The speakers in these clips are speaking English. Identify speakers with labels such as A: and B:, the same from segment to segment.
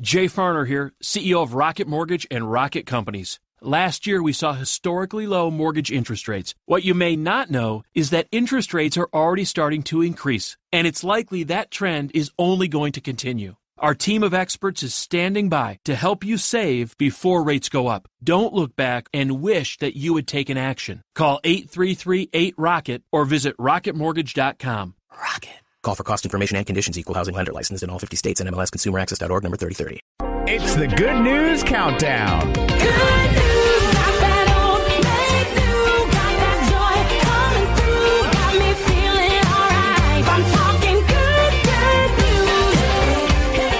A: Jay Farner here, CEO of Rocket Mortgage and Rocket Companies. Last year, we saw historically low mortgage interest rates. What you may not know is that interest rates are already starting to increase, and it's likely that trend is only going to continue. Our team of experts is standing by to help you save before rates go up. Don't look back and wish that you had taken action. Call 8338-ROCKET or visit rocketmortgage.com.
B: Rocket. Call for cost information and conditions. Equal housing lender licensed in all 50 states and MLSConsumerAccess.org number 3030.
C: It's the Good News Countdown.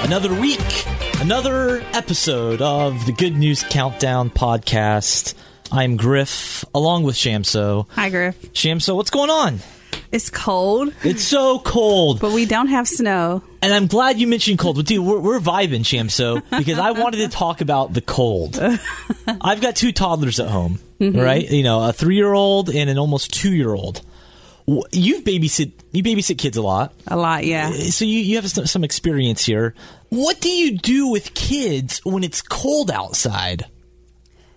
D: Another week, another episode of the Good News Countdown podcast. I'm Griff, along with Shamso.
E: Hi, Griff.
D: Shamso, what's going on?
E: It's cold,
D: It's so cold.
E: but we don't have snow.
D: And I'm glad you mentioned cold. But dude, we're, we're vibing, Shamso, because I wanted to talk about the cold. I've got two toddlers at home, right? You know, a three year old and an almost two year old. You've babysit you babysit kids a lot,
E: A lot, yeah.
D: so you you have some, some experience here. What do you do with kids when it's cold outside?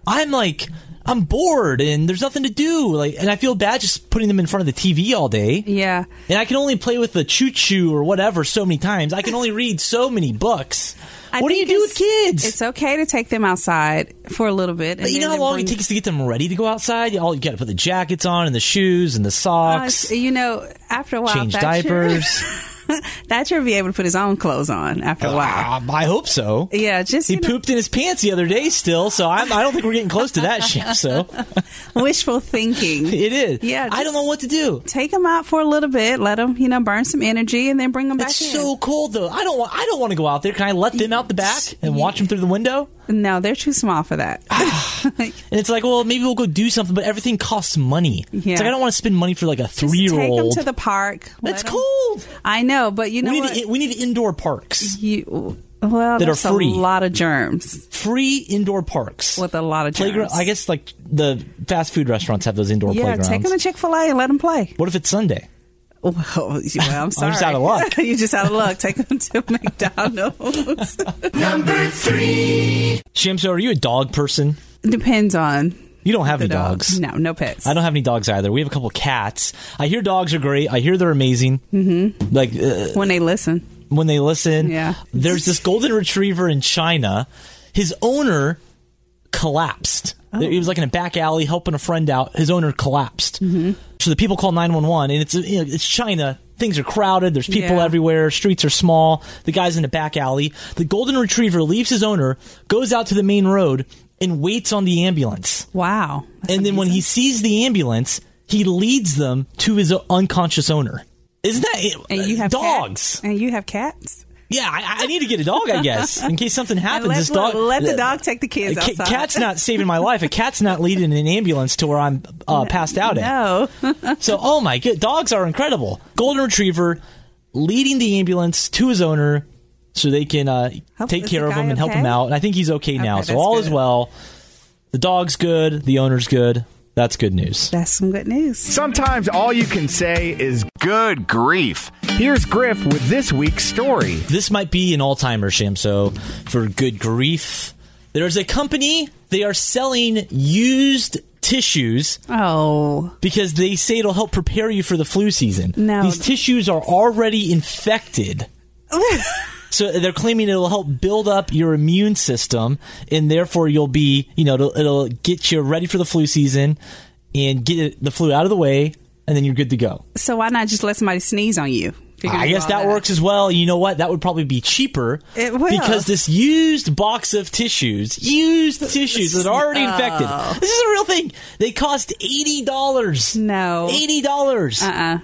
D: I'm like I'm bored and there's nothing to do. Like, and I feel bad just putting them in front of the TV all day.
E: Yeah.
D: And I can only play with the choo choo or whatever so many times. I can only read so many books.
E: I
D: what do you
E: think
D: do
E: it's-
D: with kids?
E: It's okay to take them outside for a little bit. and
D: you know
E: then
D: how long
E: bring-
D: it takes to get them ready to go outside? You all you got to put the jackets on and the shoes and the socks,
E: Uh, you know, after a while,
D: change
E: that should-
D: diapers.
E: That should be able to put his own clothes on after a while.
D: Ah, I hope so.
E: Yeah, just
D: He
E: you know,
D: pooped in his pants the other day still, so I'm, I don't think we're getting close to that shit. So
E: wishful thinking.
D: it is.
E: Yeah,
D: I don't
E: just-
D: know what to do.
E: Take them out for a little bit, let them, you know, burn some energy, and then bring them back
D: It's
E: in.
D: so cold though. I don't want. I don't want to go out there. Can I let them out the back and watch them through the window?
E: No, they're too small for that.
D: Ah, And it's like, well, maybe we'll go do something, but everything costs money.
E: Yeah.
D: It's like I don't want to spend money for like a
E: Just
D: three year old.
E: Take them to the park. let
D: It's
E: 'em-
D: cold.
E: I know, but you know
D: we
E: what? Mm-hmm.
D: need we need indoor parks,
E: you well,
D: That are
E: there's
D: free.
E: a lot of germs
D: free indoor parks
E: with a lot of germs.
D: playground. I guess like the fast food restaurants have those indoor
E: Yeah,
D: playgrounds.
E: take them to Chick Fil A and let them play.
D: what if it's Sunday?
E: Well, well, I'm sorry,
D: out of luck.
E: You're just out of luck. Take them to McDonald's.
D: Shamso, are you a dog person?
E: Depends on
D: You don't have
E: the
D: any
E: dog.
D: dogs.
E: No, no pets.
D: I don't have any dogs either. We have a couple cats. I hear dogs are great. I hear they're amazing. Mm-hmm. Like uh,
E: when they listen,
D: when they listen.
E: Yeah.
D: There's this golden retriever in China. His owner collapsed.
E: Oh.
D: He was like in a back alley helping a friend out. His owner collapsed. Mm-hmm. So the people call 911 and it's you know, it's China. Things are crowded. There's people
E: Yeah.
D: everywhere. Streets are small. The guy's in a back alley. The golden retriever leaves his owner, goes out to the main road and waits on the ambulance
E: wow. That's
D: and then when he
E: amazing.
D: sees the ambulance, he leads them to his unconscious owner. Isn't that
E: and you have
D: dogs?
E: cats? and you have cats.
D: Yeah, I, I need to get a dog, I guess, in case something happens.
E: let-
D: this dog,
E: let the dog take the kids
D: A ca-
E: outside.
D: Cat's not saving my life. A cat's not leading an ambulance to where I'm uh, passed out at.
E: No,
D: So, oh my good, dogs are incredible. Golden retriever leading the ambulance to his owner so they can uh,
E: Hope-
D: take
E: is
D: care
E: the
D: of him
E: guy
D: and help him
E: okay?
D: out. And I think he's okay now,
E: Okay,
D: so
E: that's
D: all is
E: good.
D: well. The dog's good. The owner's good. That's good news.
E: that's some good news.
C: Sometimes all you can say is good grief. Here's Griff with this week's story.
D: This might be an all timer, Shamso, for good grief. There's a company, they are selling used tissues
E: Oh,
D: because they say it'll help prepare you for the flu season.
E: No.
D: These tissues are already infected. so they're claiming it'll help build up your immune system and therefore you'll be, you know, it'll, it'll get you ready for the flu season and get it, the flu out of the way and then you're good to go.
E: so why not just let somebody sneeze on you? You're gonna
D: I
E: do
D: guess
E: all
D: that works as well. You know what? That would probably be cheaper.
E: It will.
D: Because this used box of tissues, used tissues that are already infected.
E: oh.
D: This is a real thing. They cost $80.
E: No.
D: $80.
E: Uh,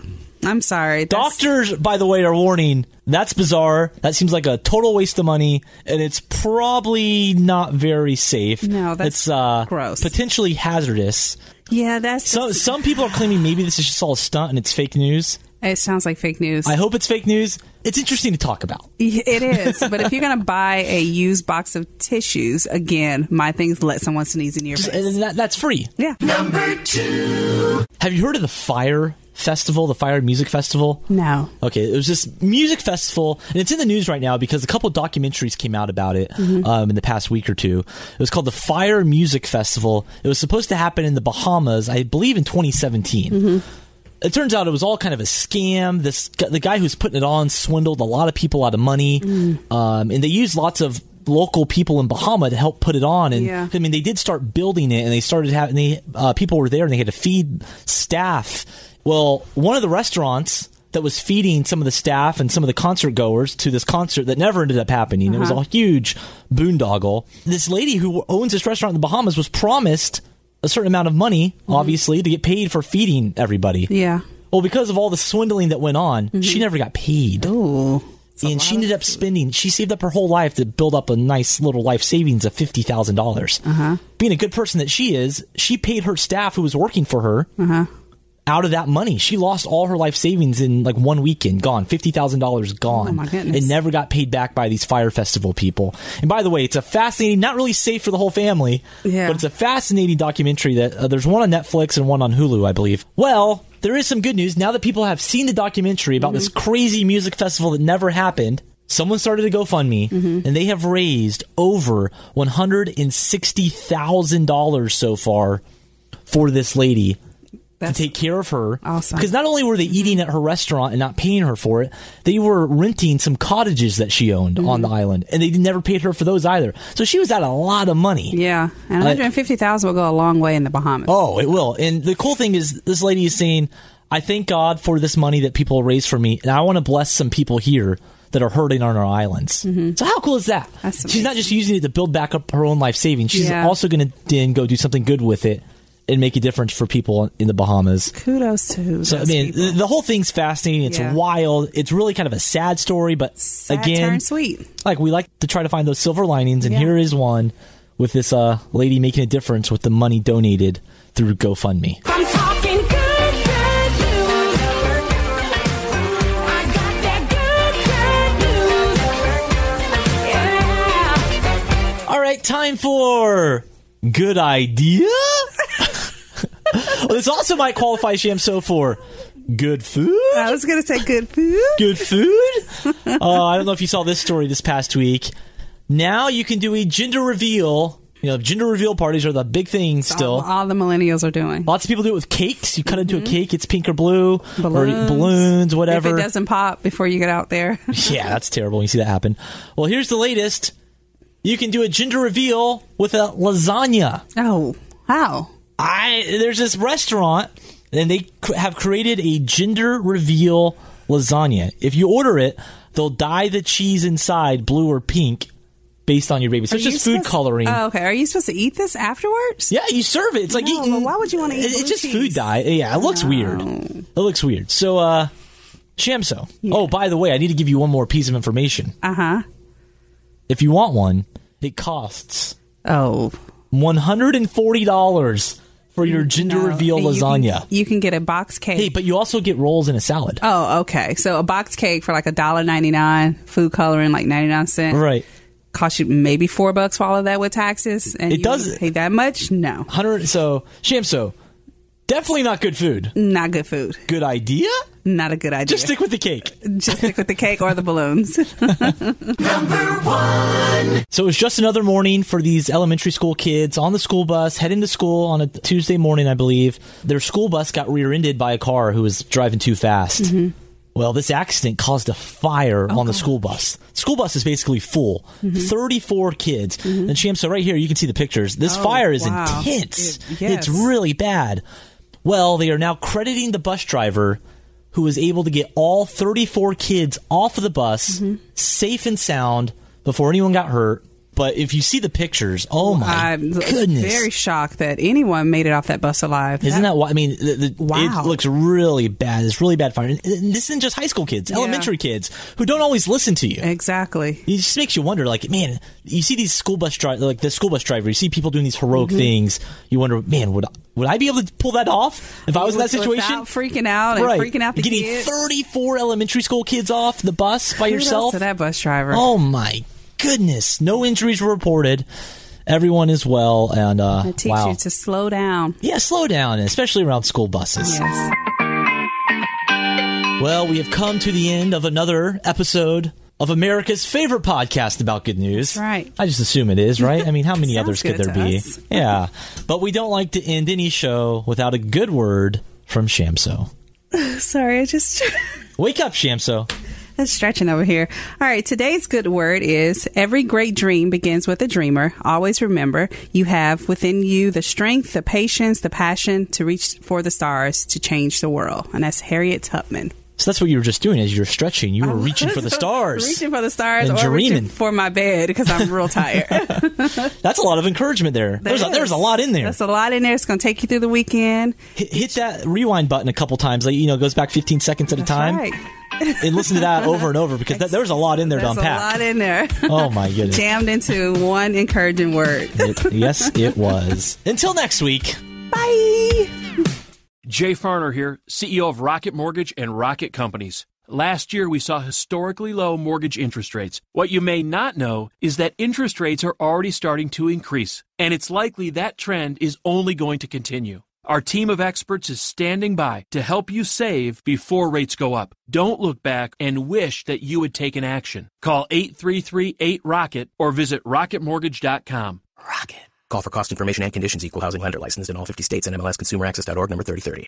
E: I'm sorry, That's-
D: Doctors, by the way, are warning that's bizarre. That seems like a total waste of money, and it's probably not very safe.
E: No, that's
D: it's, uh,
E: gross.
D: Potentially hazardous.
E: Yeah, that's
D: So, some people are claiming maybe this is just all a stunt and it's fake news.
E: It sounds like fake news.
D: I hope it's fake news. It's interesting to talk about.
E: It is, but if you're going to buy a used box of tissues, again, my things let someone
D: uh,
E: sneeze in your face.
D: and that, that's free.
E: Yeah.
D: Have you heard of the fire festival, the Fire Music Festival?
E: No.
D: Okay, it was this music festival, and it's in the news right now because a couple documentaries came out about it um, in the past week or two. It was called the Fire Music Festival. It was supposed to happen in the Bahamas, I believe, in 2017. It turns out it was all kind of a scam. This gu- the guy who's putting it on swindled a lot of people out of money, um, and they used lots of local people in Bahama to help put it on. And
E: Yeah.
D: I mean, they did start building it, and they started having they, uh, people were there, and they had to feed staff. Well, one of the restaurants that was feeding some of the staff and some of the concert goers to this concert that never ended up happening. It was a huge boondoggle. This lady who owns this restaurant in the Bahamas was promised a certain amount of money, obviously, to get paid for feeding everybody.
E: Yeah.
D: Well, because of all the swindling that went on, she never got paid.
E: Ooh.
D: and she ended up spending, she saved up her whole life to build up a nice little life savings of $50,000. dollars
E: Uh-huh.
D: Being a good person that she is, she paid her staff who was working for her
E: Uh-huh.
D: out of that money. She lost all her life savings in like one weekend, gone. $50,000 gone.
E: Oh, my goodness.
D: And never got paid back by these fire festival people. And by the way, it's a fascinating, not really safe for the whole family,
E: Yeah.
D: but it's a fascinating documentary that uh, there's one on Netflix and one on Hulu, I believe. Well, there is some good news. Now that people have seen the documentary about this
E: Mm-hmm.
D: crazy music festival that never happened, someone started a GoFundMe
E: Mm-hmm.
D: and they have raised over $160,000 so far for this lady
E: That's
D: to take care of her.
E: Awesome.
D: Because not only were they
E: Mm-hmm.
D: eating at her restaurant and not paying her for it, they were renting some cottages that she owned
E: Mm-hmm.
D: on the island, and they never paid her for those either. So she was out a lot of money.
E: yeah. And 150,000 will go a long way in the Bahamas.
D: Oh, it will. And the cool thing is, this lady is saying, "I thank God for this money that people raise for me, and I want to bless some people here." That are hurting on our islands. So how cool is that?
E: Mm-hmm. That's
D: She's not just using it to build back up her own life savings. She's
E: Yeah.
D: also going to then go do something good with it and make a difference for people in the Bahamas.
E: Kudos to
D: So I
E: those
D: mean,
E: people.
D: th- the whole thing's fascinating. It's
E: Yeah.
D: wild. It's really kind of a sad story, but
E: Sad
D: again,
E: turn sweet.
D: like we like to try to find those silver linings, and
E: Yeah.
D: here is one with this uh, lady making a difference with the money donated through GoFundMe.
F: I'm talking good, good news. I got that good, good news. Yeah.
D: All right, time for good idea. well, this also might qualify Shamso for good food.
E: I was going to say good food.
D: good food. Uh, I don't know if you saw this story this past week. Now you can do a gender reveal. You know, gender reveal parties are the big thing
E: All,
D: still.
E: all the millennials are doing.
D: Lots of people do it with cakes. You cut into a cake, it's pink or blue, or
E: Mm-hmm. Balloons.
D: balloons,
E: If
D: whatever.
E: it doesn't pop before you get out there.
D: yeah, that's terrible. when You see that happen. Well, here's the latest. You can do a gender reveal with a lasagna.
E: oh, how?
D: I there's this restaurant and they cr- have created a gender reveal lasagna. If you order it, they'll dye the cheese inside blue or pink based on your baby. So it's
E: Are you
D: just food
E: supposed-
D: coloring.
E: Oh, okay. Are you supposed to eat this afterwards?
D: yeah, you serve it. It's like
E: No,
D: eating.
E: but why would you wanna eat
D: it-
E: blue
D: It's just
E: cheese?
D: food dye. Yeah, it looks weird. It looks weird. So, uh, Shamso. Oh, by the way, I need to give you one more piece of information.
E: Uh huh.
D: If you want one, it costs
E: Oh.
D: one hundred and forty dollars for your gender
E: Mm, no.
D: reveal
E: You can-
D: lasagna.
E: You can get a box cake.
D: hey, but you also get rolls and a salad.
E: Oh, okay. So a box cake for like a dollar ninety nine, food coloring like ninety nine cent.
D: Right.
E: Cost you maybe four bucks for all of that with taxes. And
D: It
E: you
D: does-
E: pay that much? No,
D: 100 so Shamso, definitely not good food.
E: not good food.
D: Good idea?
E: Not a good idea.
D: Just stick with the cake.
E: Just stick with the cake or the balloons.
D: So it was just another morning for these elementary school kids on the school bus heading to school on a Tuesday morning, I believe. Their school bus got rear-ended by a car who was driving too fast.
E: Mm-hmm.
D: Well, this accident caused a fire
E: Oh,
D: on the school bus. School bus is basically full,
E: Mm-hmm.
D: 34 kids. And Shamsa, right here, you can see the pictures. This
E: Oh,
D: fire is
E: wow.
D: intense.
E: It- yes.
D: It's really bad. Well, they are now crediting the bus driver who was able to get all 34 kids off of the bus safe and sound before anyone got hurt. But if you see the pictures, oh my
E: I'm
D: goodness.
E: very shocked that anyone made it off that bus alive.
D: Isn't that why? I mean, the, the,
E: Wow.
D: it looks really bad. It's really bad fire. And, and this isn't just high school kids,
E: Yeah.
D: elementary kids who don't always listen to you.
E: exactly?
D: It just makes you wonder, like, man, you see these school bus driver, like the school bus driver, you see people doing these heroic
E: Mm-hmm.
D: things. You wonder, man, would would I be able to pull that off if I was in that situation?
E: Without freaking out and
D: right,
E: freaking out the
D: getting
E: kids.
D: 34 elementary school kids off the bus by
E: Kudos
D: yourself.
E: to that bus driver.
D: Oh my goodness! No injuries were reported. Everyone is well, and uh,
E: I teach
D: wow,
E: you to slow down.
D: yeah, slow down, especially around school buses.
E: Yes.
D: Well, we have come to the end of another episode of America's favorite podcast about good news.
E: right.
D: I just assume it is, right? I mean, how many
E: Sounds
D: others could
E: good
D: there
E: to
D: be?
E: us.
D: Yeah. But we don't like to end any show without a good word from Shamso.
E: Sorry, I just
D: Wake up, Shamso.
E: that's stretching over here. All right, today's good word is every great dream begins with a dreamer. Always remember, you have within you the strength, the patience, the passion to reach for the stars to change the world. And that's Harriet Tubman.
D: So that's what you were just doing as you were stretching. You were reaching for the stars.
E: reaching for the stars,
D: And
E: or
D: dreaming.
E: reaching for my bed because I'm real tired.
D: That's a lot of encouragement there. there's a,
E: is.
D: there's a lot in there.
E: That's a lot in there. It's going to take you through the weekend.
D: hit, hit that rewind button a couple times. Like you know, it goes back 15 seconds at a
E: That's
D: time,
E: right.
D: and listen to that over and over because that, there's a lot in there
E: There's
D: to
E: a
D: unpack.
E: lot in there.
D: oh my goodness!
E: Jammed into one encouraging word.
D: It- yes, it was. Until next week.
E: Bye.
A: Jay Farner here, CEO of Rocket Mortgage and Rocket Companies. Last year, we saw historically low mortgage interest rates. What you may not know is that interest rates are already starting to increase, and it's likely that trend is only going to continue. Our team of experts is standing by to help you save before rates go up. Don't look back and wish that you had taken action. Call 8338-ROCKET or visit rocketmortgage.com.
B: Call for cost information and conditions equal housing lender licensed in all 50 states and MLSconsumerAccess.org number 3030.